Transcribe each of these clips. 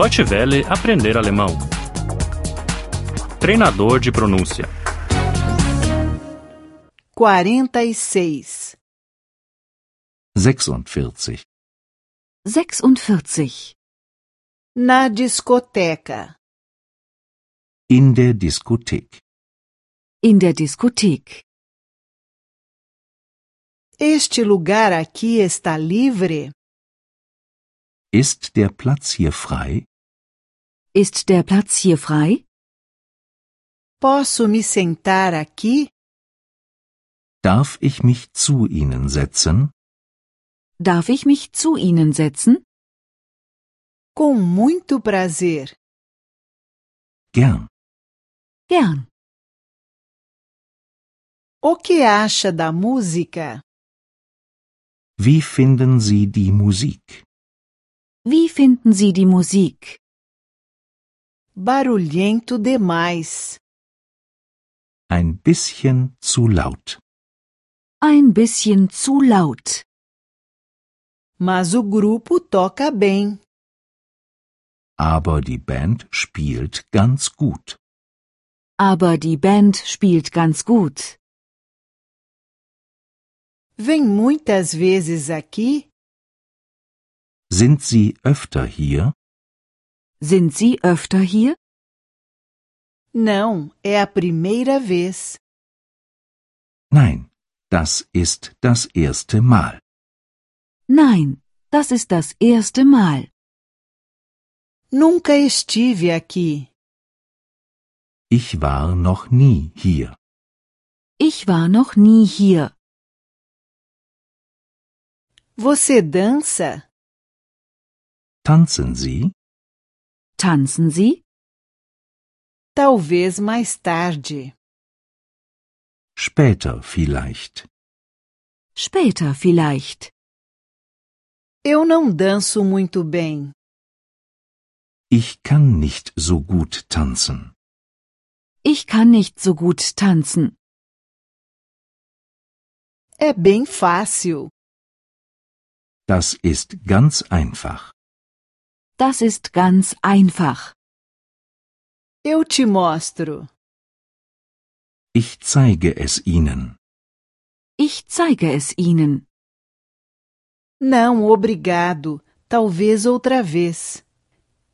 Deutsche Welle aprender alemão. Treinador de pronúncia. 46. 46. 46. Na discoteca. In der Diskothek. In der Diskothek. Este lugar aqui está livre? Ist der Platz hier frei? Ist der Platz hier frei? Posso me sentar aqui? Darf ich mich zu Ihnen setzen? Darf ich mich zu Ihnen setzen? Com muito prazer. Gern. Gern. O que acha da música? Wie finden Sie die Musik? Wie finden Sie die Musik? Barulhento demais. Ein bisschen zu laut. Ein bisschen zu laut. Mas o grupo toca bem. Aber die Band spielt ganz gut. Aber die Band spielt ganz gut. Vem muitas vezes aqui? Sind Sie öfter hier? Sind Sie öfter hier? Não, é a primeira vez. Nein, das ist das erste Mal. Nein, das ist das erste Mal. Nunca estive aqui. Ich war noch nie hier. Ich war noch nie hier. Você dança? Tanzen Sie? Tanzen Sie? Talvez mais tarde. Später vielleicht. Später vielleicht. Eu não danço muito bem. Ich kann nicht so gut tanzen. Ich kann nicht so gut tanzen. É bem fácil. Das ist ganz einfach. Das ist ganz einfach. Eu te mostro. Ich zeige es Ihnen. Ich zeige es Ihnen. Não, obrigado. Talvez outra vez.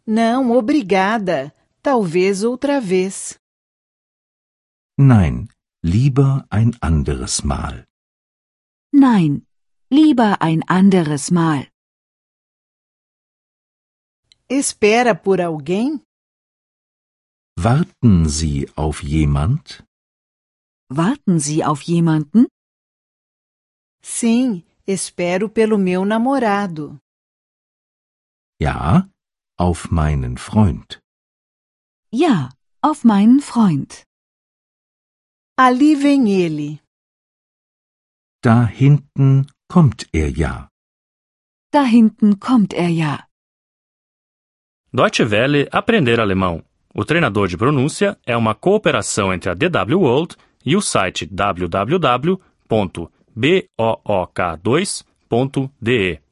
Não, obrigada. Talvez outra vez. Nein, lieber ein anderes Mal. Nein, lieber ein anderes Mal. Espera por alguém? Warten Sie auf jemand? Warten Sie auf jemanden? Sim, espero pelo meu namorado. Ja, auf meinen Freund. Ja, auf meinen Freund. Ali vem ele. Da hinten kommt er ja. Da hinten kommt er ja. Deutsche Welle aprender alemão. O treinador de pronúncia é uma cooperação entre a DW World e o site www.book2.de.